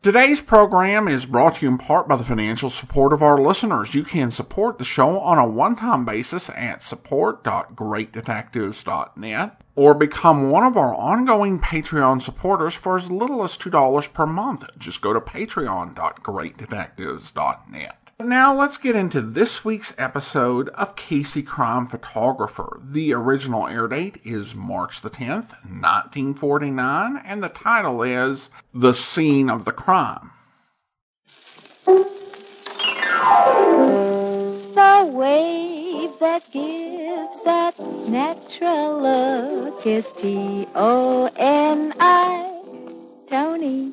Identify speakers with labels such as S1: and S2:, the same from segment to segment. S1: Today's program is brought to you in part by the financial support of our listeners. You can support the show on a one-time basis at support.greatdetectives.net or become one of our ongoing Patreon supporters for as little as $2 per month. Just go to patreon.greatdetectives.net. Now let's get into this week's episode of Casey Crime Photographer. The original air date is March the 10th, 1949, and the title is The Scene of the Crime.
S2: The wave that gives that natural look is T O N I. Tony.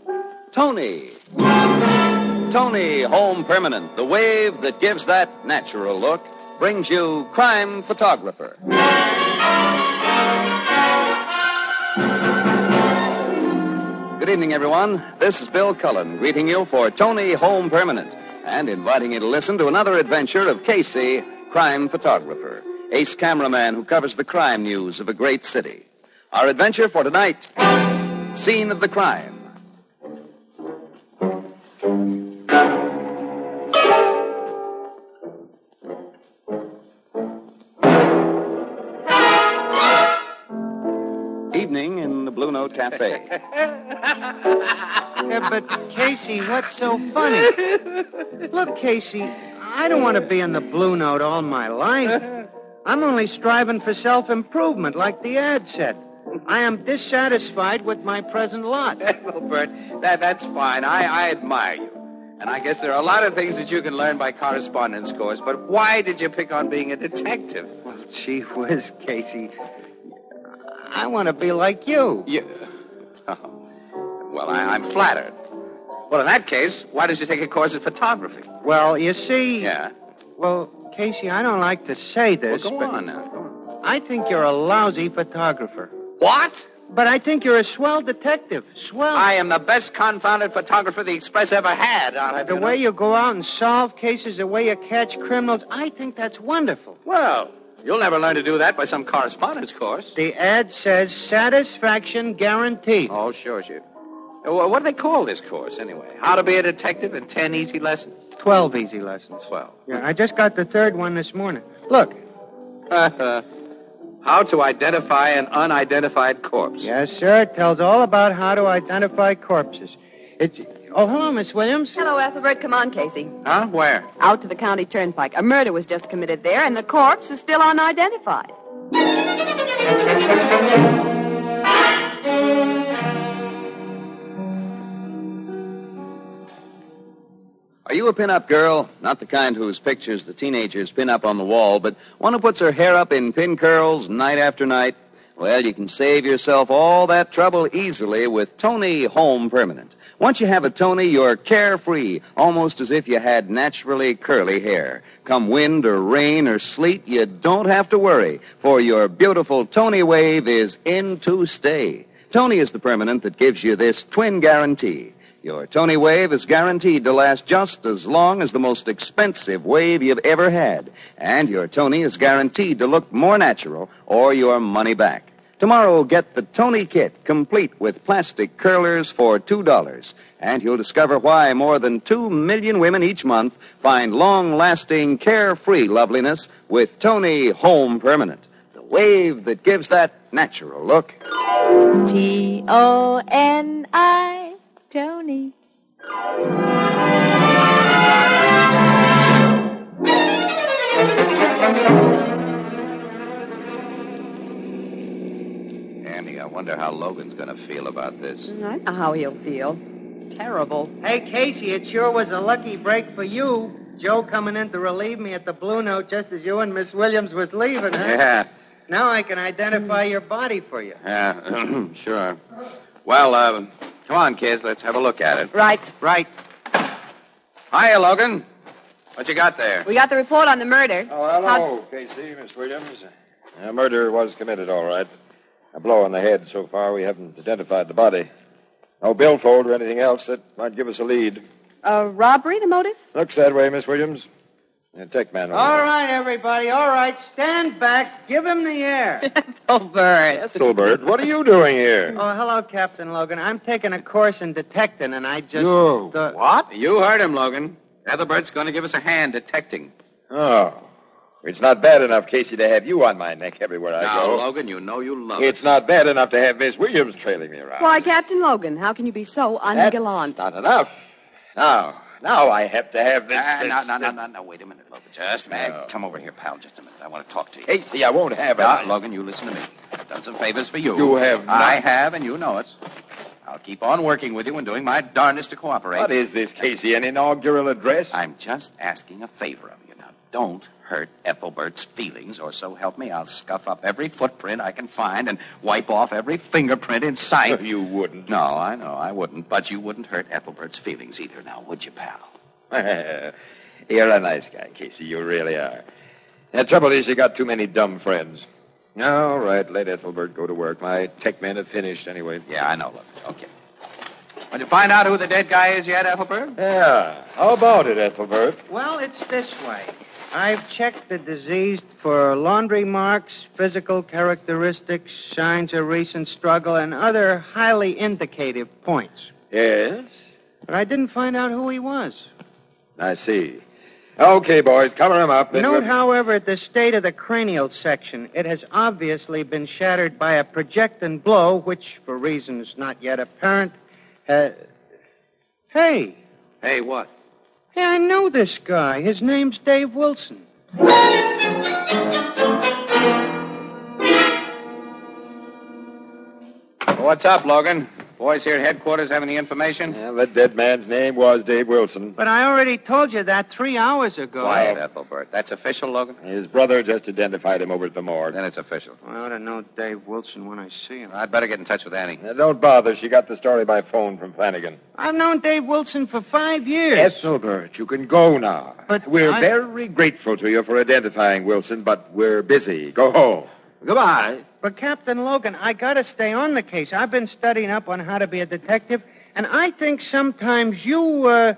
S3: Tony. Tony, home permanent. The wave that gives that natural look brings you crime photographer. Good evening, everyone. This is Bill Cullen greeting you for Tony Home Permanent and inviting you to listen to another adventure of Casey, crime photographer, ace cameraman who covers the crime news of a great city. Our adventure for tonight Scene of the Crime. Evening in the Blue Note Cafe.
S4: Yeah, but Casey, what's so funny? Look, Casey, I don't want to be in the blue note all my life. I'm only striving for self-improvement, like the ad said. I am dissatisfied with my present lot.
S5: Well, Bert, that, that's fine. I, I admire you. And I guess there are a lot of things that you can learn by correspondence course, but why did you pick on being a detective?
S4: Well, gee whiz, Casey. I want to be like you.
S5: You. Uh-huh. Well, I, I'm flattered. Well, in that case, why did you take a course in photography?
S4: Well, you see.
S5: Yeah.
S4: Well, Casey, I don't like to say
S5: Well,
S4: this,
S5: go
S4: but
S5: on now. Go on.
S4: I think you're a lousy photographer.
S5: What?
S4: But I think you're a swell detective. Swell.
S5: I am the best confounded photographer the Express ever had. I'll have
S4: The
S5: you know.
S4: way you go out and solve cases, the way you catch criminals, I think that's wonderful.
S5: Well, you'll never learn to do that by some correspondence course.
S4: The ad says satisfaction guaranteed.
S5: Oh, sure, you. What do they call this course, anyway? How to be a detective in 10 easy lessons?
S4: 12 easy lessons.
S5: Twelve.
S4: Yeah, I just got the third one this morning. Look.
S5: How to identify an unidentified corpse.
S4: Yes, sir. It tells all about how to identify corpses. It's. Oh, hello, Miss Williams.
S6: Hello, Ethelbert. Come on, Casey.
S5: Huh? Where?
S6: Out to the county turnpike. A murder was just committed there, and the corpse is still unidentified.
S3: Are you a pin-up girl? Not the kind whose pictures the teenagers pin up on the wall, but one who puts her hair up in pin curls night after night? Well, you can save yourself all that trouble easily with Tony Home Permanent. Once you have a Tony, you're carefree, almost as if you had naturally curly hair. Come wind or rain or sleet, you don't have to worry, for your beautiful Tony wave is in to stay. Tony is the permanent that gives you this twin guarantee. Your Tony Wave is guaranteed to last just as long as the most expensive wave you've ever had. And your Tony is guaranteed to look more natural or your money back. Tomorrow, get the Tony kit, complete with plastic curlers for $2. And you'll discover why more than 2 million women each month find long lasting, carefree loveliness with Tony Home Permanent. The wave that gives that natural look.
S2: T O N I. Tony.
S5: Andy, I wonder how Logan's gonna feel about this.
S6: I don't know how he'll feel. Terrible.
S4: Hey, Casey, it sure was a lucky break for you. Joe coming in to relieve me at the Blue Note just as you and Miss Williams was leaving, huh?
S5: Yeah,
S4: Now I can identify your body for you.
S5: yeah, sure. Well, uh, come on, kids, let's have a look at it.
S6: Right.
S4: Right.
S5: Hiya, Logan.
S3: What you got there?
S6: We got the report on the murder.
S7: Oh,
S6: How-
S7: hello, Casey, Miss Williams. A murder was committed, all right. A blow on the head. So far, we haven't identified the body. No billfold or anything else that might give us a lead.
S6: A uh, robbery, the motive?
S7: Looks that way, Miss Williams. Yeah, take man over
S4: All
S7: there.
S4: right, everybody. All right, stand back. Give him the air.
S6: Oh, Bert.
S7: Silbert, what are you doing here?
S4: oh, hello, Captain Logan. I'm taking a course in detecting, and I just.
S7: You
S4: thought-
S7: what?
S3: You heard him, Logan. Ethelbert's going to give us a hand detecting.
S7: Oh. It's not bad enough, Casey, to have you on my neck everywhere I
S3: Now,
S7: go.
S3: Logan, you know you love
S7: Uh, It's
S3: it.
S7: not bad enough to have Miss Williams trailing me around.
S6: Why, Captain Logan, how can you be so
S7: That's
S6: ungallant?
S7: not enough. Now, now I have to have this.
S3: Ah,
S7: this
S3: no, no, no, no, no. Wait a minute, Logan. Just a minute. Come over here, pal. Just a minute. I want to talk to you.
S7: Casey, I won't have it.
S3: Now, Logan, you listen to me. I've done some favors for you.
S7: You have not.
S3: I have, and you know it. I'll keep on working with you and doing my darndest to cooperate.
S7: What is this, Casey? An inaugural address?
S3: I'm just asking a favor of you. Now, don't hurt Ethelbert's feelings, or so help me, I'll scuff up every footprint I can find and wipe off every fingerprint in sight.
S7: You wouldn't.
S3: No, I know, I wouldn't. But you wouldn't hurt Ethelbert's feelings either, now, would you, pal?
S7: You're a nice guy, Casey. You really are. The trouble is, you got too many dumb friends. All right, let Ethelbert go to work. My tech men have finished anyway.
S3: Yeah, I know, look. Okay. Well, you find out who the dead guy is yet, Ethelbert?
S7: Yeah. How about it, Ethelbert?
S4: Well, it's this way. I've checked the diseased for laundry marks, physical characteristics, signs of recent struggle, and other highly indicative points.
S7: Yes.
S4: But I didn't find out who he was.
S7: I see. Okay, boys, cover him up. and
S4: Note,
S7: we'll-
S4: however, the state of the cranial section. It has obviously been shattered by a projecting blow, which, for reasons not yet apparent, uh, hey,
S3: Hey, what?
S4: hey, I know this guy. His name's Dave Wilson.
S3: What's up, Logan? Boys here at headquarters have any information?
S7: Well, the dead man's name was Dave Wilson.
S4: But I already told you that three hours ago.
S3: Quiet, Ethelbert. That's official, Logan?
S7: His brother just identified him over at the morgue.
S3: Then it's official.
S4: I ought to know Dave Wilson when I see him.
S3: I'd better get in touch with Annie.
S7: Now, don't bother. She got the story by phone from Flanagan.
S4: I've known Dave Wilson for five years.
S7: Ethelbert, you can go now.
S4: But
S7: we're
S4: I-
S7: very grateful to you for identifying Wilson, but we're busy. Go home. Goodbye.
S4: But Captain Logan, I gotta stay on the case. I've been studying up on how to be a detective, and I think sometimes you uh,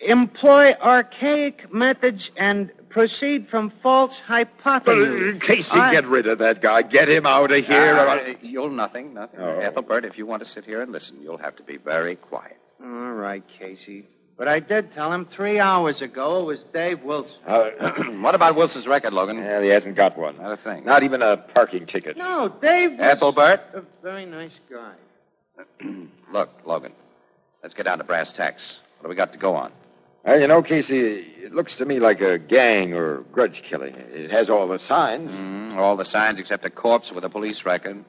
S4: employ archaic methods and proceed from false
S7: Uh,
S4: hypotheses.
S7: Casey,
S4: I-
S7: get rid of that guy. Get him out of here.
S3: Uh,
S7: or-
S3: you'll nothing, nothing.
S7: Oh.
S3: Ethelbert, if you want to sit here and listen, you'll have to be very quiet.
S4: All right, Casey. But I did tell him three hours ago it was Dave Wilson.
S7: Uh,
S3: Hmm, what about Wilson's record, Logan?
S7: well, he hasn't got one.
S3: Not a thing.
S7: Not even a parking ticket.
S4: No, Dave was
S3: Ethelbert?
S4: a very nice guy.
S3: Look, Logan, let's get down to brass tacks. What do we got to go on?
S7: Well, Uh, you know, Casey, it looks to me like a gang or grudge killing. It has all the signs.
S4: Mm.
S3: Hmm, all the signs except a corpse with a police record.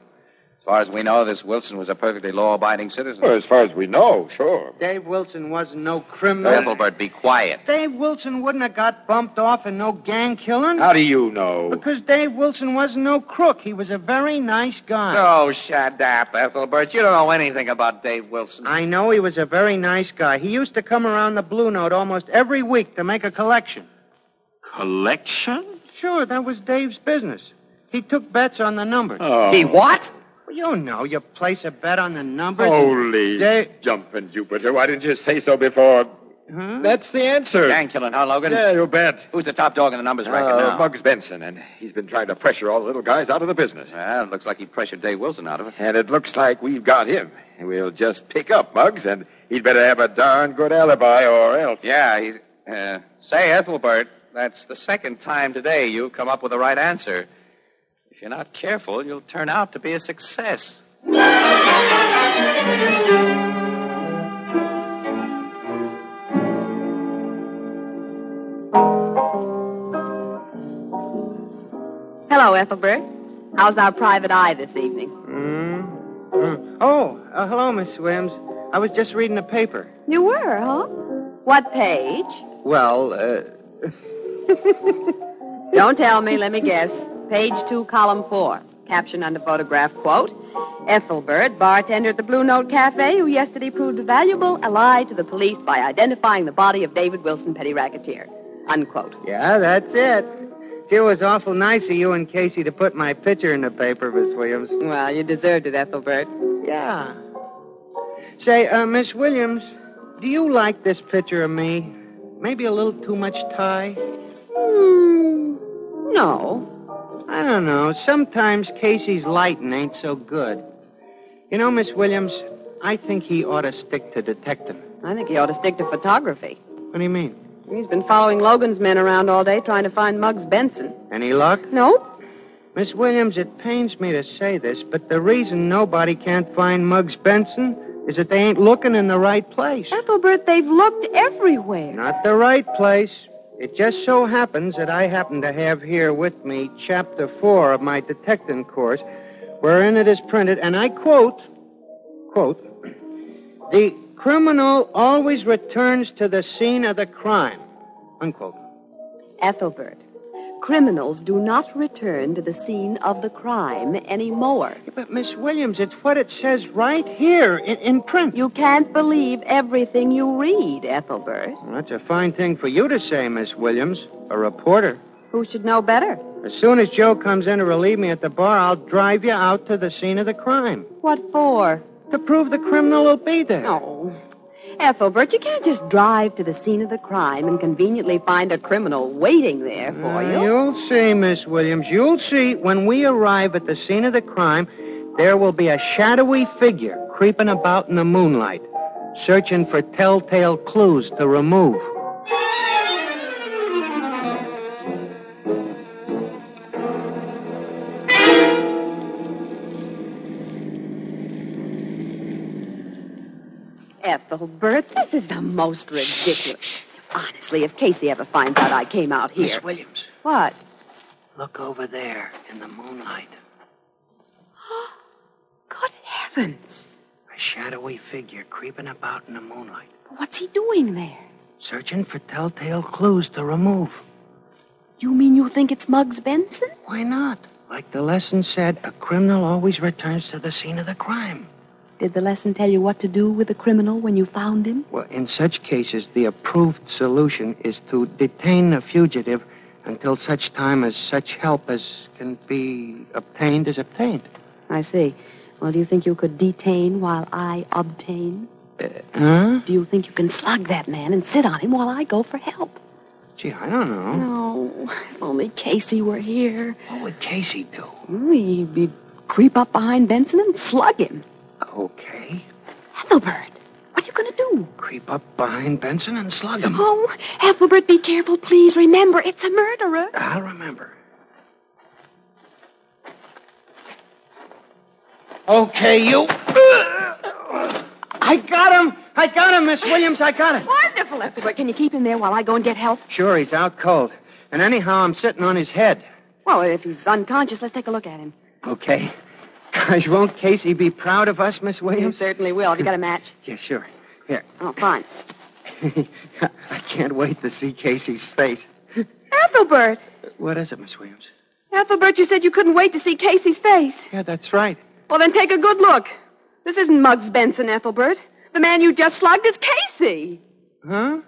S3: As far as we know, this Wilson was a perfectly law-abiding citizen.
S7: Well, as far as we know, sure.
S4: Dave Wilson wasn't no criminal.
S3: Ethelbert, be quiet.
S4: Dave Wilson wouldn't have got bumped off in no gang killing.
S7: How do you know?
S4: Because Dave Wilson wasn't no crook. He was a very nice guy.
S3: Oh, shut up, Ethelbert. You don't know anything about Dave Wilson.
S4: I know he was a very nice guy. He used to come around the Blue Note almost every week to make a collection.
S7: Collection?
S4: Sure, that was Dave's business. He took bets on the numbers.
S7: Oh.
S3: He what?
S4: You know, you place a bet on the numbers.
S7: Holy
S4: Dave-
S7: jumping Jupiter. Why didn't you say so before? That's the answer.
S3: Gang killing, huh, Logan?
S7: Yeah, you bet.
S3: Who's the top dog in the numbers record now?
S7: Uh, Bugs Benson, and he's been trying to pressure all the little guys out of the business.
S3: Well, it looks like he pressured Dave Wilson out of it.
S7: And it looks like we've got him. We'll just pick up Bugs, and he'd better have a darn good alibi or else.
S3: Yeah, he's. Uh, say, Ethelbert, that's the second time today you've come up with the right answer. If you're not careful, you'll turn out to be a success.
S6: Hello, Ethelbert. How's our private eye this evening?
S4: Oh, uh, hello, Miss Williams. I was just reading the paper.
S6: You were, huh? What page?
S4: Well, uh,
S6: Don't tell me, let me guess. Page two, column four. Caption under photograph quote. Ethelbert, bartender at the Blue Note Cafe, who yesterday proved a valuable ally to the police by identifying the body of David Wilson, petty racketeer. unquote.
S4: Yeah, that's it. It was awful nice of you and Casey to put my picture in the paper, Miss Williams.
S6: Well, you deserved it, Ethelbert.
S4: Yeah. Say, uh, Miss Williams, do you like this picture of me? Maybe a little too much tie?
S6: Hmm. No.
S4: I don't know. Sometimes Casey's lighting ain't so good. You know, Miss Williams, I think he ought to stick to detective.
S6: I think he ought to stick to photography.
S4: What do you mean?
S6: He's been following Logan's men around all day trying to find Muggs Benson.
S4: Any luck?
S6: Nope.
S4: Miss Williams, it pains me to say this, but the reason nobody can't find Muggs Benson is that they ain't looking in the right place.
S6: Ethelbert, they've looked everywhere.
S4: Not the right place. It just so happens that I happen to have here with me chapter four of my detecting course, wherein it is printed, and I quote, quote, the criminal always returns to the scene of the crime, unquote.
S6: Ethelbert, criminals do not return to the scene of the crime anymore.
S4: But, Miss Williams, it's what it says right here in, in print.
S6: You can't believe everything you read, Ethelbert.
S4: Well, that's a fine thing for you to say, Miss Williams, a reporter.
S6: Who should know better?
S4: As soon as Joe comes in to relieve me at the bar, I'll drive you out to the scene of the crime.
S6: What for?
S4: To prove the criminal will be there.
S6: Oh. Ethelbert, you can't just drive to the scene of the crime and conveniently find a criminal waiting there for
S4: Uh,
S6: Mm, you.
S4: You'll see, Miss Williams. You'll see when we arrive at the scene of the crime, there will be a shadowy figure creeping about in the moonlight, searching for telltale clues to remove.
S6: Ethelbert, this is the most ridiculous. Honestly, if Casey ever finds out I came out here.
S4: Williams,
S6: What?
S4: look over there in the moonlight.
S6: Good heavens.
S4: A shadowy figure creeping about in the moonlight,
S6: What's he doing there?
S4: searching for telltale clues to remove.
S6: You mean you think it's Muggs Benson?
S4: Why not? Like the lesson said, a criminal always returns to the scene of the crime.
S6: Did the lesson tell you what to do with the criminal when you found him?
S4: Well, in such cases, the approved solution is to detain the fugitive until such time as such help as can be obtained is obtained.
S6: I see. Well, do you think you could detain while I obtain?
S4: Huh?
S6: Do you think you can slug that man and sit on him while I go for help?
S4: Gee, I don't know.
S6: No, if only Casey were here.
S4: What would Casey do?
S6: He'd, he'd creep up behind Benson and slug him.
S4: Okay.
S6: Ethelbert, what are you going to do?
S4: Creep up behind Benson and slug him.
S6: Oh, Ethelbert, be careful, please. Remember, it's a murderer.
S4: I'll remember. Okay, you. I got him! I got him, Miss Williams, I got him!
S6: Wonderful, Ethelbert. Can you keep him there while I go and get help?
S4: Sure, he's out cold. And anyhow, I'm sitting on his head.
S6: Well, if he's unconscious, let's take a look at him.
S4: Okay. Gosh, won't Casey be proud of us, Miss
S6: You
S4: Williams?
S6: certainly will. Have you got a match?
S4: Yeah, sure. Here.
S6: Oh, fine.
S4: I can't wait to see Casey's face.
S6: Ethelbert!
S4: What is it, Miss Williams?
S6: Ethelbert, you said you couldn't wait to see Casey's face.
S4: Yeah, that's right.
S6: Well, then take a good look. This isn't Muggs Benson, Ethelbert. The man you just slugged is Casey.
S4: Huh?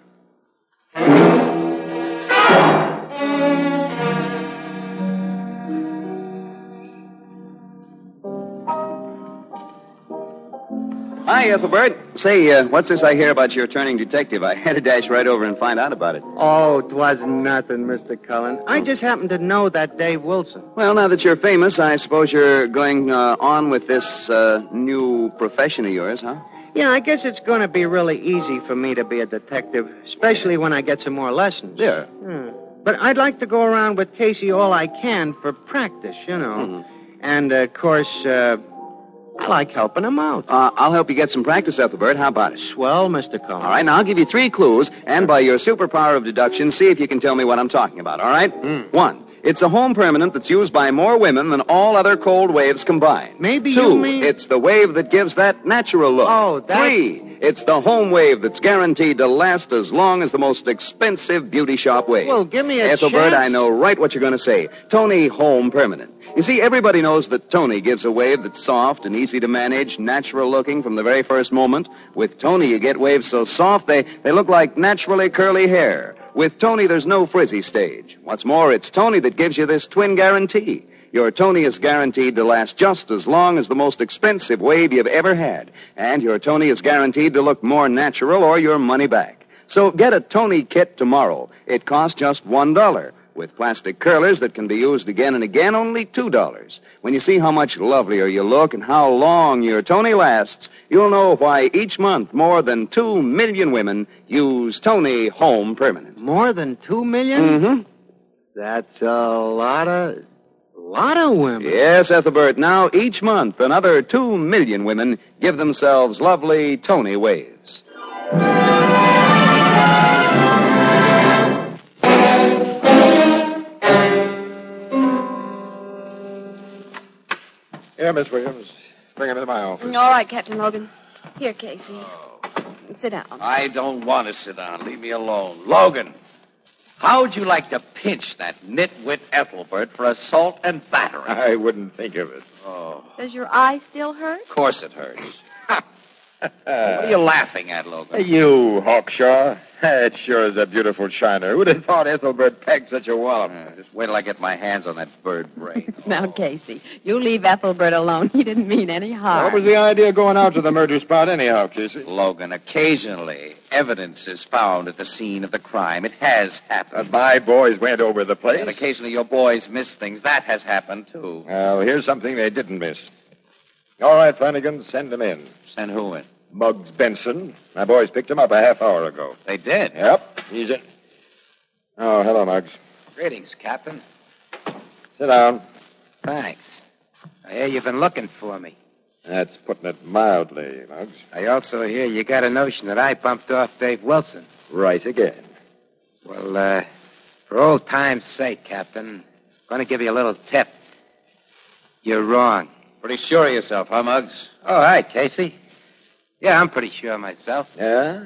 S8: Hi, Ethelbert. Say, uh, what's this I hear about your turning detective? I had to dash right over and find out about it.
S4: Oh, 'twas nothing, Mr. Cullen. I just happened to know that Dave Wilson.
S8: Oh. Well, now that you're famous, I suppose you're going uh, on with this uh, new profession of yours, huh?
S4: Yeah, I guess it's going to be really easy for me to be a detective, especially when I get some more lessons.
S8: Yeah.
S4: But I'd like to go around with Casey all I can for practice, you know.
S8: Mm-hmm.
S4: And, uh, of course, uh, I like helping him out.
S8: Uh, I'll help you get some practice, Ethelbert. How about it?
S4: Swell, Mr. Cullen.
S8: All right, now I'll give you three clues, and by your superpower of deduction, see if you can tell me what I'm talking about, all right?
S7: Hmm.
S8: One, it's a home permanent that's used by more women than all other cold waves combined.
S4: Maybe
S8: Two,
S4: you mean-
S8: it's the wave that gives that natural look.
S4: Oh, that-
S8: Three, it's the home wave that's guaranteed to last as long as the most expensive beauty shop wave.
S4: Well, give me a
S8: Ethelbert,
S4: chance.
S8: I know right what you're going to say. Tony Home Permanent. You see, everybody knows that Tony gives a wave that's soft and easy to manage, natural looking from the very first moment. With Tony, you get waves so soft they, they look like naturally curly hair. With Tony, there's no frizzy stage. What's more, it's Tony that gives you this twin guarantee. Your Tony is guaranteed to last just as long as the most expensive wave you've ever had. And your Tony is guaranteed to look more natural or your money back. So get a Tony kit tomorrow. It costs just $1. With plastic curlers that can be used again and again, only $2. When you see how much lovelier you look and how long your Tony lasts, you'll know why each month more than 2 million women use Tony Home Permanent. Mm-hmm.
S4: More than two million?
S8: Mm.
S4: That's a lot of, lot of women.
S8: Yes, Ethelbert, now each month another 2 million women give themselves lovely Tony waves.
S7: Here, Miss Williams. Bring him into my office.
S6: All right, Captain Logan. Here, Casey. Sit down.
S3: I don't want to sit down. Leave me alone. Logan, how would you like to pinch that nitwit Ethelbert for assault and battery?
S7: I wouldn't think of it.
S6: Does your eye still hurt?
S3: Of course it hurts. what are you laughing at, Logan?
S7: Hey, you, Hawkshaw. It sure is a beautiful shiner. Who'd have thought Ethelbert pegged such a wallop?
S3: Uh, just wait till I get my hands on that bird brain.
S6: Now, Casey, you leave Ethelbert alone. He didn't mean any harm.
S7: What was the idea of going out to the murder spot anyhow, Casey?
S3: Logan, occasionally evidence is found at the scene of the crime. It has
S7: Uh,
S3: happened.
S7: my boys went over the place.
S3: and occasionally your boys miss things. That has happened, too.
S7: Well, here's something they didn't miss. All right, Flanagan, send them in.
S3: Send who in?
S7: Muggs Benson. My boys picked him up a half hour ago.
S3: They did.
S7: Yep, he's in. Oh, hello, Muggs.
S9: Greetings, Captain.
S7: Sit down.
S9: Thanks. I hear you've been looking for me.
S7: That's putting it mildly, Muggs.
S9: I also hear you got a notion that I bumped off Dave Wilson.
S7: Right again.
S9: Well, uh, for old time's sake, Captain, I'm going to give you a little tip. You're wrong.
S3: Pretty sure of yourself, huh, Muggs?
S9: All right, Oh, Casey. Yeah, I'm pretty sure myself.
S7: Yeah?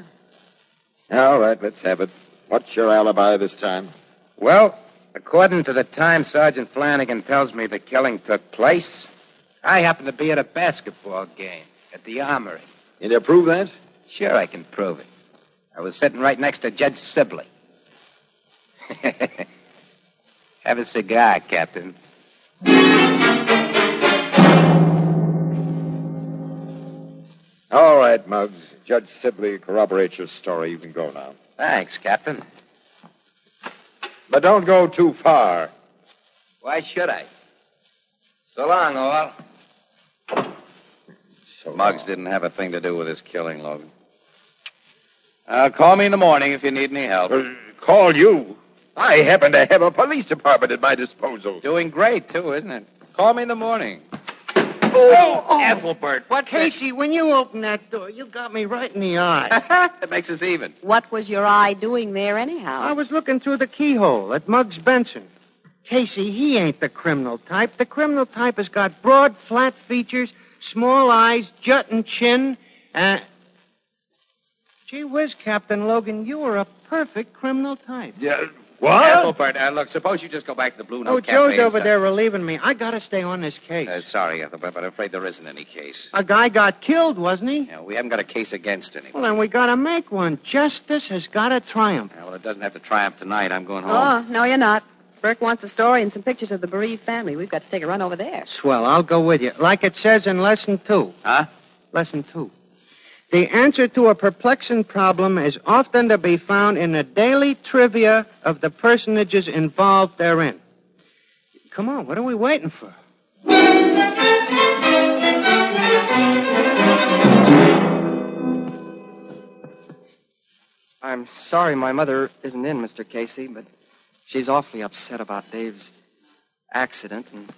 S7: All right, let's have it. What's your alibi this time?
S9: Well, according to the time Sergeant Flanagan tells me the killing took place, I happened to be at a basketball game at the Armory.
S7: Can you prove that?
S9: Sure, I can prove it. I was sitting right next to Judge Sibley. Have a cigar, Captain.
S7: All right, Muggs. Judge Sibley corroborates your story. You can go now.
S9: Thanks, Captain.
S7: But don't go too far.
S9: Why should I? So long, all.
S7: So
S3: Muggs didn't have a thing to do with his killing, Logan. Uh, call me in the morning if you need any help.
S7: Uh, call you. I happen to have a police department at my disposal.
S3: Doing great, too, isn't it? Call me in the morning.
S4: Oh,
S3: Ethelbert, what
S4: Casey, when you opened that door, you got me right in the eye.
S3: that makes us even.
S6: What was your eye doing there,
S4: I
S6: anyhow?
S4: was looking through the keyhole at Muggs Benson. Casey, he ain't the criminal type. The criminal type has got broad, flat features, small eyes, jutting chin, and. Gee whiz, Captain Logan, you are a perfect criminal type.
S7: Yeah.
S3: Ethelbert, uh, look, suppose you just go back to the Blue Note
S4: oh,
S3: Cafe
S4: Joe's
S3: and
S4: over
S3: stuff.
S4: there relieving me. I gotta stay on this case.
S3: Uh, sorry, Ethelbert, but I'm afraid there isn't any case.
S4: A guy got killed, wasn't he?
S3: You know, we haven't got a case against anyone.
S4: Well, then we gotta make one. Justice has gotta triumph.
S3: Uh, well, it doesn't have to triumph tonight. I'm going home.
S6: Oh, no, you're not. Burke wants a story and some pictures of the bereaved family. We've got to take a run over there.
S4: Swell, I'll go with you. Like it says in lesson two.
S3: Huh?
S4: Lesson two. The answer to a perplexing problem is often to be found in the daily trivia of the personages involved therein. Come on, what are we waiting for?
S10: I'm sorry my mother isn't in, Mr. Casey, but she's awfully upset about Dave's accident, and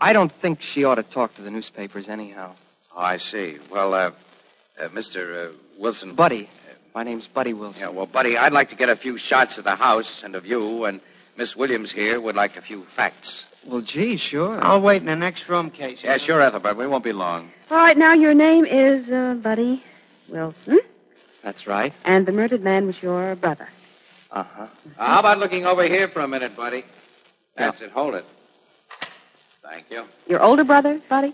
S10: I don't think she ought to talk to the newspapers anyhow.
S3: Oh, I see. Well, uh, uh, Mr. Uh, Wilson.
S10: Buddy. My name's Buddy Wilson.
S3: Yeah, well, buddy, I'd like to get a few shots of the house and of you, and Miss Williams here would like a few facts.
S10: Well, gee, sure.
S4: I'll wait in the next room, Casey.
S3: Yeah, sure, Ethelbert. We won't be long.
S6: All right, now your name is uh, Buddy Wilson,
S10: That's right.
S6: and the murdered man was your brother.
S10: Uh-huh.
S3: Uh, how about looking over here for a minute, buddy? That's it. Hold it. Thank you.
S6: Your older brother, Buddy?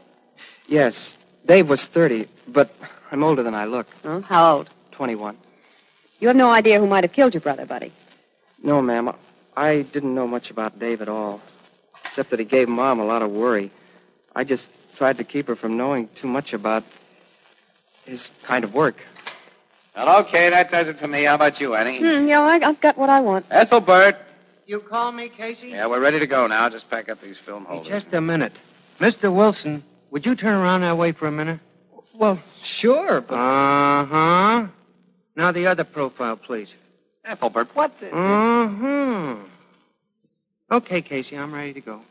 S10: Yes, Dave was 30, but I'm older than I look,
S6: Huh? How old?
S10: 21.
S6: You have no idea who might have killed your brother, Buddy.
S10: No, ma'am. I didn't know much about Dave at all, except that he gave Mom a lot of worry. I just tried to keep her from knowing too much about his kind of work.
S3: Well, okay, that does it for me. How about you, Annie?
S6: Hmm, yeah, I, I've got what I want.
S3: Ethelbert.
S4: You call me, Casey?
S3: Yeah, we're ready to go now. Just pack up these film holders.
S4: Just a minute. Mr. Wilson, would you turn around that way for a minute?
S10: Well, sure, but.
S4: Uh huh. Now the other profile, please.
S3: Ethelbert, what the...
S4: Uh huh. Okay, Casey, I'm ready to go.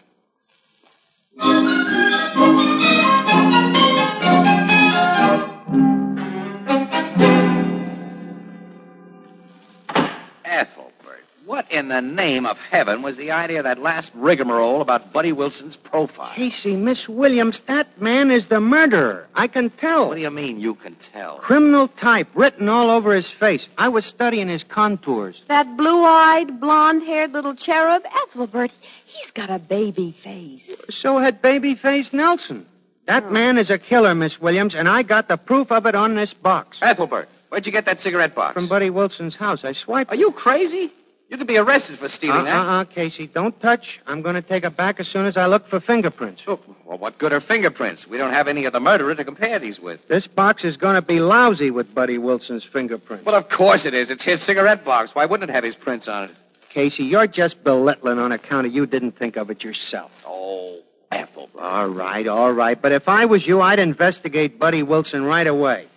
S3: Ethelbert, what in the name of heaven was the idea of that last rigmarole about Buddy Wilson's profile?
S4: Casey, Miss Williams, that man is the murderer. I can tell.
S3: What do you mean you can tell?
S4: Criminal type written all over his face. I was studying his contours.
S6: That blue-eyed, blonde-haired little cherub, Ethelbert, he's got a baby face.
S4: So had Babyface Nelson. That man is a killer, Miss Williams, and I got the proof of it on this box.
S3: Ethelbert, where'd you get that cigarette box?
S4: From Buddy Wilson's house. I swiped
S3: Are you crazy? You could be arrested for
S4: Uh,
S3: stealing
S4: uh, uh, Casey, don't touch. I'm going to take it back as soon as I look for fingerprints.
S3: that. Oh, well, what good are fingerprints? We don't have any of the murderer to compare these with.
S4: This box is going to be lousy with Buddy Wilson's fingerprints.
S3: Well, of course it is. It's his cigarette box. Why wouldn't it have his prints on it?
S4: Casey, you're just belittling on account of you didn't think of it yourself.
S3: Oh, Ethelbert.
S4: All right, all right. But if I was you, I'd investigate Buddy Wilson right away.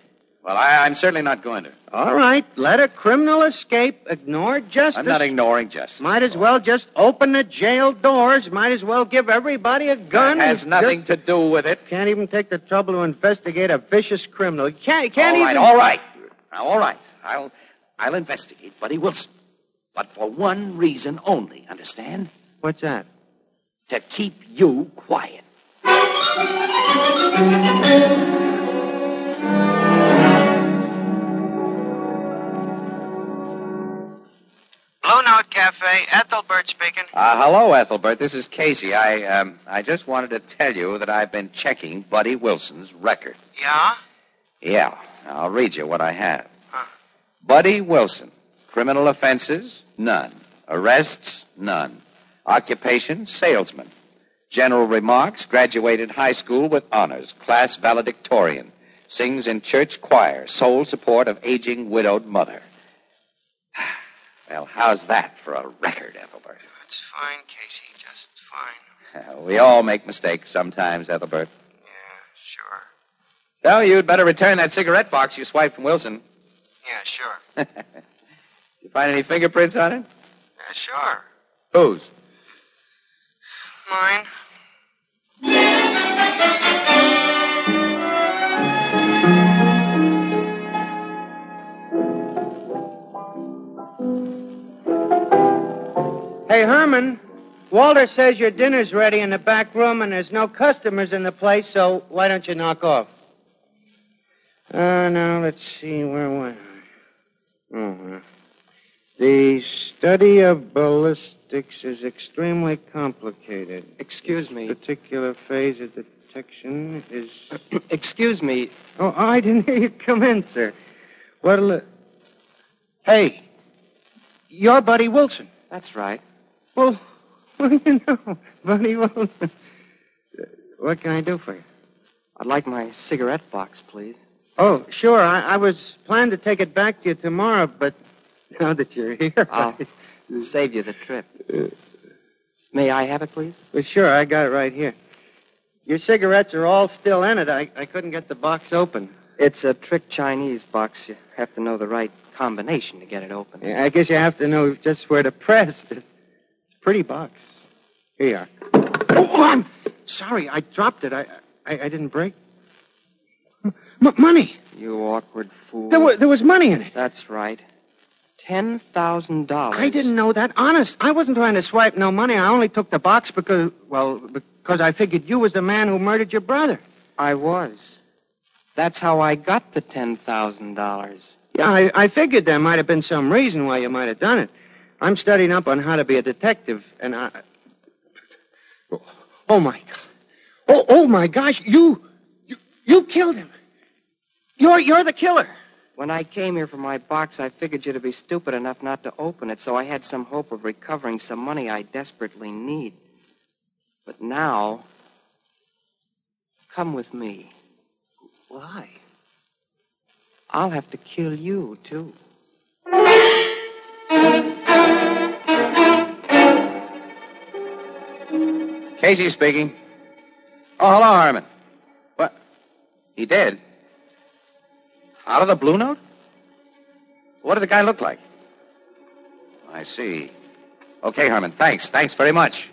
S3: Well, I, I'm certainly not going to.
S4: All right, let a criminal escape. Ignore justice.
S3: I'm not ignoring justice.
S4: Might as well just open the jail doors. Might as well give everybody a gun.
S3: That has
S4: You
S3: nothing
S4: just
S3: to do with it.
S4: Can't even take the trouble to investigate a vicious criminal. You can't, you can't
S3: all right,
S4: even.
S3: all right. Now, all right. I'll, I'll investigate Buddy Wilson. But for one reason only, understand?
S4: What's that?
S3: To keep you quiet.
S4: Blue Note Cafe, Ethelbert speaking.
S3: Uh, hello, Ethelbert. This is Casey. I, um, I just wanted to tell you that I've been checking Buddy Wilson's record.
S4: Yeah?
S3: Yeah, I'll read you what I have. Buddy Wilson. Criminal offenses? None. Arrests? None. Occupation? Salesman. General remarks? Graduated high school with honors. Class valedictorian. Sings in church choir. Sole support of aging widowed mother. Well, how's that for a record, Ethelbert?
S4: That's fine, Casey, just fine.
S3: We all make mistakes sometimes, Ethelbert.
S4: Yeah, sure.
S3: So you'd better return that cigarette box you swiped from Wilson. Did
S4: Yeah, sure.
S3: you find any fingerprints on it?
S4: Yeah, sure.
S3: Whose?
S4: Mine. Hey, Herman. Walter says your dinner's ready in the back room and there's no customers in the place, so why don't you knock off? Uh, now, let's see, where was I? hmm The study of ballistics is extremely complicated.
S10: Excuse me.
S4: Particular phase of detection is.
S10: Excuse me.
S4: Oh, I didn't hear you come in, sir. What'll it. Hey, your buddy Wilson.
S10: That's right.
S4: Well, what do you know? Buddy Wilson. What can I do for you?
S10: I'd like my cigarette box, please.
S4: Oh, sure. I, I was planning to take it back to you tomorrow, but now that you're here.
S10: I'll save you the trip. May I have it, please?
S4: Well, sure, I got it right here. Your cigarettes are all still in it. I, I couldn't get the box open.
S10: It's a trick Chinese box. You have to know the right combination to get it open.
S4: Yeah, I guess you have to know just where to press. It's a pretty box. Here you are. Oh, I'm sorry. I dropped it. I I, I didn't break. M- money.
S10: You awkward fool.
S4: There, wa- there was money in it.
S10: That's right. Ten thousand dollars.
S4: I didn't know that. Honest, I wasn't trying to swipe no money. I only took the box because, well, because I figured you was the man who murdered your brother.
S10: I was. That's how I got the ten thousand dollars.
S4: Yeah, I, I figured there might have been some reason why you might have done it. I'm studying up on how to be a detective, and I. Oh my god! Oh, oh my gosh! You, you, you killed him. You're you're the killer.
S10: When I came here for my box, I figured you to be stupid enough not to open it, so I had some hope of recovering some money I desperately need. But now, come with me. Why? I'll have to kill you, too.
S3: Casey speaking. Oh, hello, Harmon. What? He dead? Out of the blue note? What did the guy look like? I see. Okay, Harmon, thanks. Thanks very much.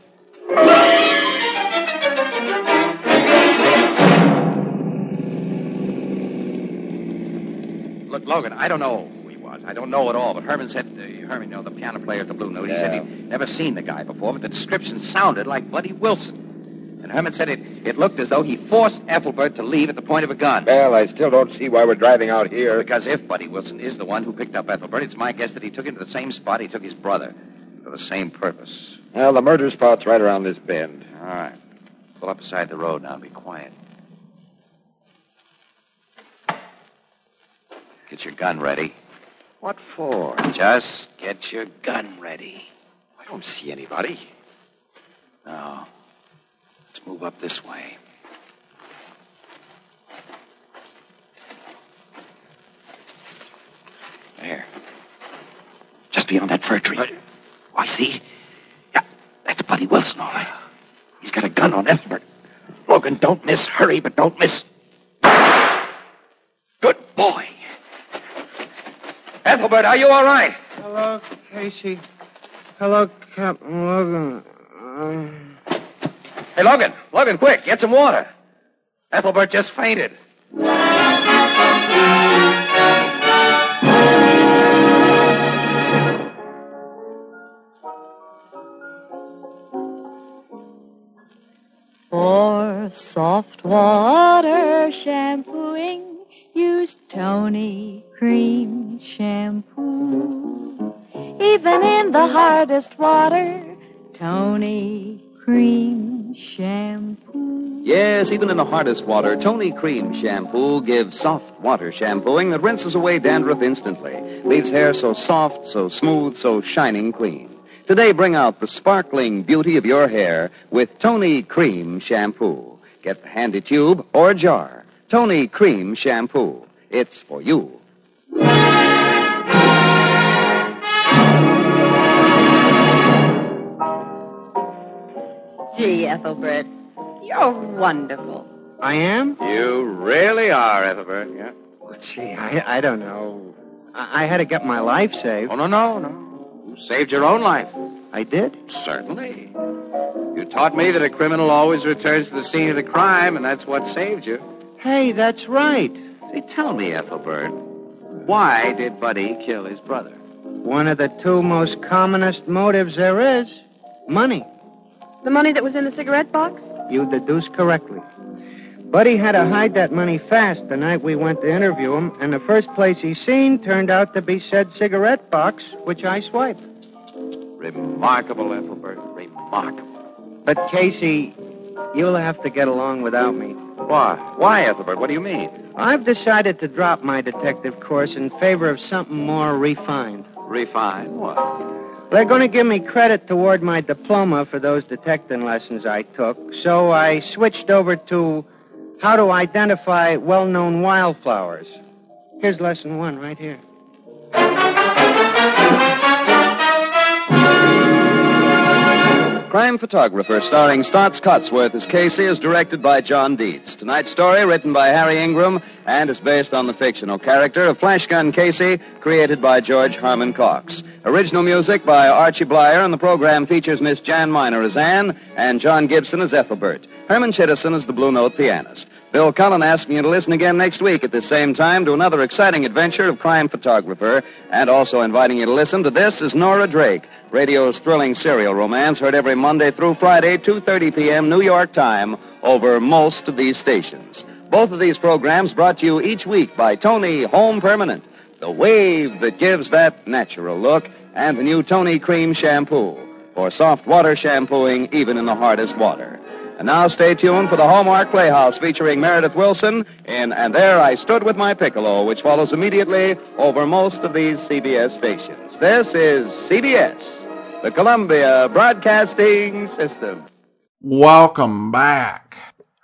S3: Look, Logan, I don't know who he was. I don't know at all, but Herman said, uh, Herman, you know, the piano player at the Blue Note, he said he'd never seen the guy before, but the description sounded like Buddy Wilson. And Herman said it, it looked as though he forced Ethelbert to leave at the point of a gun.
S11: Well, I still don't see why we're driving out here.
S3: Because if Buddy Wilson is the one who picked up Ethelbert, it's my guess that he took him to the same spot he took his brother for the same purpose.
S11: Well, the murder spot's right around this bend.
S3: All right. Pull up beside the road now and be quiet. Get your gun ready.
S11: What for?
S3: Just get your gun ready.
S11: I don't see anybody.
S3: Now, let's move up this way. There. Just beyond that fir tree. I see. Yeah, that's Buddy Wilson, all right. He's got a gun on Ethelbert. Logan, don't miss. Hurry, but don't miss. Good boy. Ethelbert, are you all right?
S4: Hello, Casey. Hello, Captain Logan. Uh,
S3: Hey, Logan, Logan, quick, get some water. Ethelbert just fainted.
S2: For soft water shampooing, use Tony Cream Shampoo. Even in the hardest water, Tony Cream Shampoo.
S7: Yes, even in the hardest water, Tony Cream Shampoo gives soft water shampooing that rinses away dandruff instantly, leaves hair so soft, so smooth, so shining clean. Today, bring out the sparkling beauty of your hair with Tony Cream Shampoo. Get the handy tube or jar. Tony Cream Shampoo. It's for you.
S6: Gee, Ethelbert, you're wonderful.
S4: I am?
S3: You really are, Ethelbert. Yeah.
S4: Gee, I, I don't know. I, I had to get my life saved.
S3: Oh no, no, no. You saved your own life.
S4: I did?
S3: Certainly. You taught me that a criminal always returns to the scene of the crime, and that's what saved you.
S4: Hey, that's right.
S3: Say, tell me, Ethelbert, why did Buddy kill his brother?
S4: One of the two most commonest motives there is money.
S6: The money that was in the cigarette box?
S4: You deduce correctly. Buddy had to hide that money fast the night we went to interview him, and the first place he seen turned out to be said cigarette box, which I swiped.
S3: Remarkable, Ethelbert. Remarkable.
S4: But Casey, you'll have to get along without me.
S3: Why? Why, Ethelbert? What do you mean?
S4: I've decided to drop my detective course in favor of something more refined.
S3: Refine what?
S4: They're going to give me credit toward my diploma for those detecting lessons I took, so I switched over to how to identify well-known wildflowers. Here's lesson one right here.
S7: Crime Photographer, starring Stotts Cotsworth as Casey, is directed by John Dietz. Tonight's story, written by Harry Ingram, and is based on the fictional character of Flash Gun Casey, created by George Harmon Cox. Original music by Archie Blyer, and the program features Miss Jan Miner as Anne and John Gibson as Ethelbert. Herman Chittison is the Blue Note pianist. Bill Cullen asking you to listen again next week at the same time to another exciting adventure of crime photographer, and also inviting you to listen to This is Nora Drake, radio's thrilling serial romance heard every Monday through Friday, 2.30 p.m. New York time, over most of these stations. Both of these programs brought to you each week by Tony Home Permanent, the wave that gives that natural look, and the new Tony Cream Shampoo for soft water shampooing even in the hardest water.
S8: And now stay tuned for the Hallmark Playhouse featuring Meredith Wilson in And There I Stood with My Piccolo, which follows immediately over most of these CBS stations. This is CBS, the Columbia Broadcasting System.
S1: Welcome back.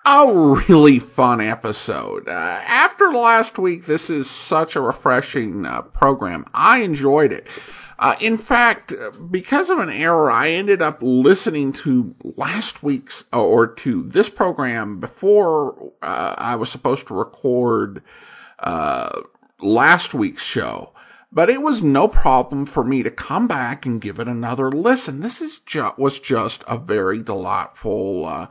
S1: A really fun episode. Uh, after last week, this is such a refreshing uh, program. I enjoyed it. Uh, in fact, because of an error, I ended up listening to last week's uh, or to this program before uh, I was supposed to record uh, last week's show. But it was no problem for me to come back and give it another listen. This is ju- was just a very delightful uh,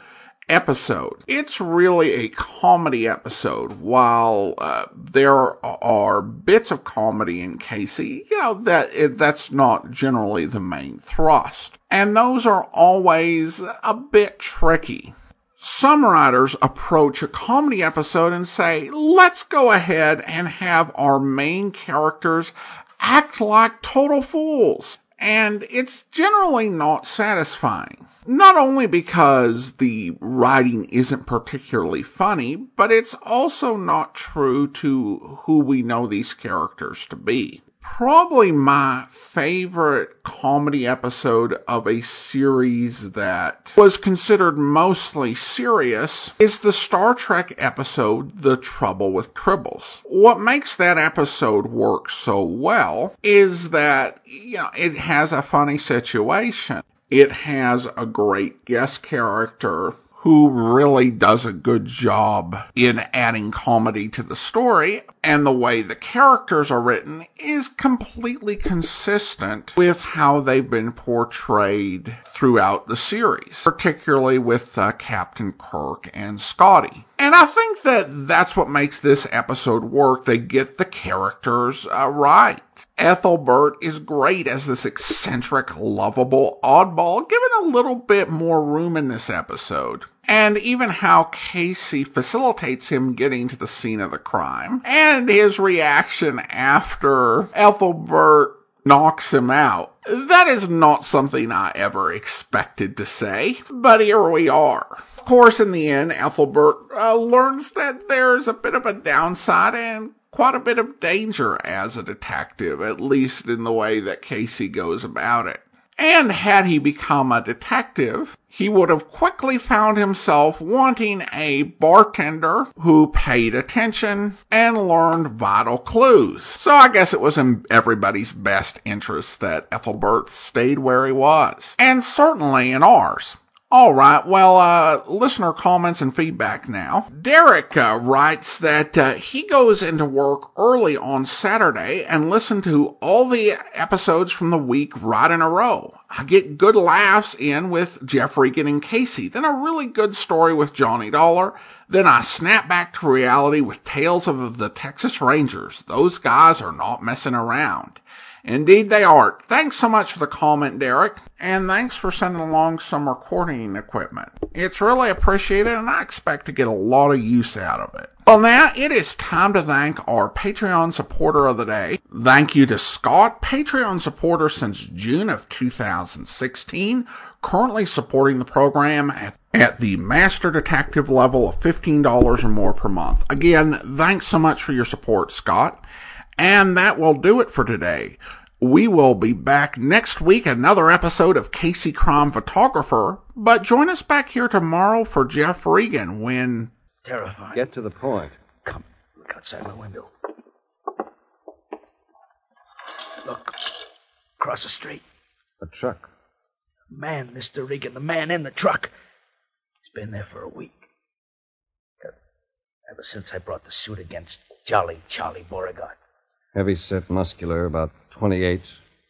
S1: episode. It's really a comedy episode. While uh, there are bits of comedy in Casey, you know that it, that's not generally the main thrust, and those are always a bit tricky. Some writers approach a comedy episode and say, let's go ahead and have our main characters act like total fools. And it's generally not satisfying. Not only because the writing isn't particularly funny, but it's also not true to who we know these characters to be probably my favorite comedy episode of a series that was considered mostly serious is the Star Trek episode, The Trouble with Tribbles. What makes that episode work so well is that, you know, it has a funny situation. It has a great guest character who really does a good job in adding comedy to the story. And the way the characters are written is completely consistent with how they've been portrayed throughout the series, particularly with uh, Captain Kirk and Scotty. And I think that that's what makes this episode work. They get the characters uh, right. Ethelbert is great as this eccentric, lovable oddball, given a little bit more room in this episode. And even how Casey facilitates him getting to the scene of the crime, and his reaction after Ethelbert knocks him out. That is not something I ever expected to say, but here we are. Of course, in the end, Ethelbert uh, learns that there's a bit of a downside and quite a bit of danger as a detective, at least in the way that Casey goes about it. And had he become a detective, he would have quickly found himself wanting a bartender who paid attention and learned vital clues. So I guess it was in everybody's best interest that Ethelbert stayed where he was. And certainly in ours. All right. Well, uh, listener comments and feedback now. Derek uh, writes that uh, he goes into work early on Saturday and listens to all the episodes from the week right in a row. I get good laughs in with Jeff Regan and Casey, then a really good story with Johnny Dollar. Then I snap back to reality with tales of the Texas Rangers. Those guys are not messing around. Indeed, they are. Thanks so much for the comment, Derek, and thanks for sending along some recording equipment. It's really appreciated, and I expect to get a lot of use out of it. Well, now it is time to thank our Patreon supporter of the day. Thank you to Scott, Patreon supporter since June of 2016, currently supporting the program at at the master detective level of $15 or more per month. Again, thanks so much for your support, Scott. And that will do it for today. We will be back next week, another episode of Casey Crime Photographer, but join us back here tomorrow for Jeff Regan when
S3: Get to the point. Come, look outside my window.
S12: Look, across the street.
S3: A truck.
S12: Man, Mr. Regan, the man in the truck. He's been there for a week. Ever- Ever since I brought the suit against Jolly Charlie Beauregard.
S3: Heavy set, muscular, about 28,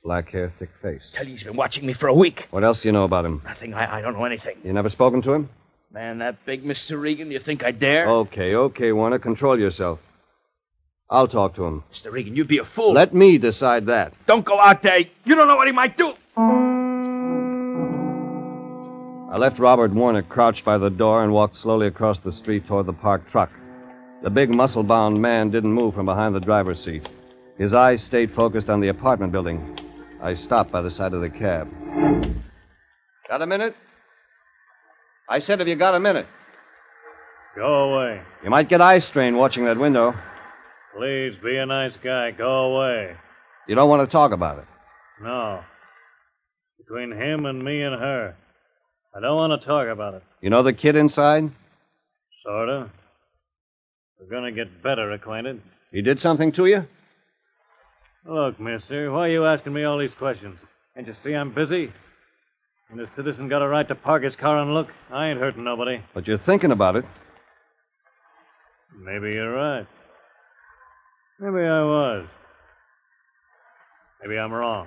S3: black hair, thick face.
S12: Tell you he's been watching me for a week.
S3: What else do you know about him?
S12: Nothing, I, I don't know anything.
S3: You never spoken to him?
S12: Man, that big Mr. Regan, you think I dare?
S3: Okay, okay, Warner, control yourself. I'll talk to him.
S12: Mr. Regan, you'd be a fool.
S3: Let me decide that.
S12: Don't go out there. You don't know what he might do.
S3: I left Robert Warner crouched by the door and walked slowly across the street toward the parked truck. The big, muscle bound man didn't move from behind the driver's seat. His eyes stayed focused on the apartment building. I stopped by the side of the cab. Got a minute? I said, have you got a minute?
S4: Go away.
S3: You might get eye strain watching that window.
S4: Please, be a nice guy. Go away.
S3: You don't want to talk about it.
S4: No. Between him and me and her. I don't want to talk about it.
S3: You know the kid inside?
S4: Sorta. We're gonna get better acquainted.
S3: He did something to you?
S4: Look, mister, why are you asking me all these questions? Can't you see I'm busy? And a citizen got a right to park his car and look. I ain't hurting nobody.
S3: But you're thinking about it.
S4: Maybe you're right. Maybe I was. Maybe I'm wrong.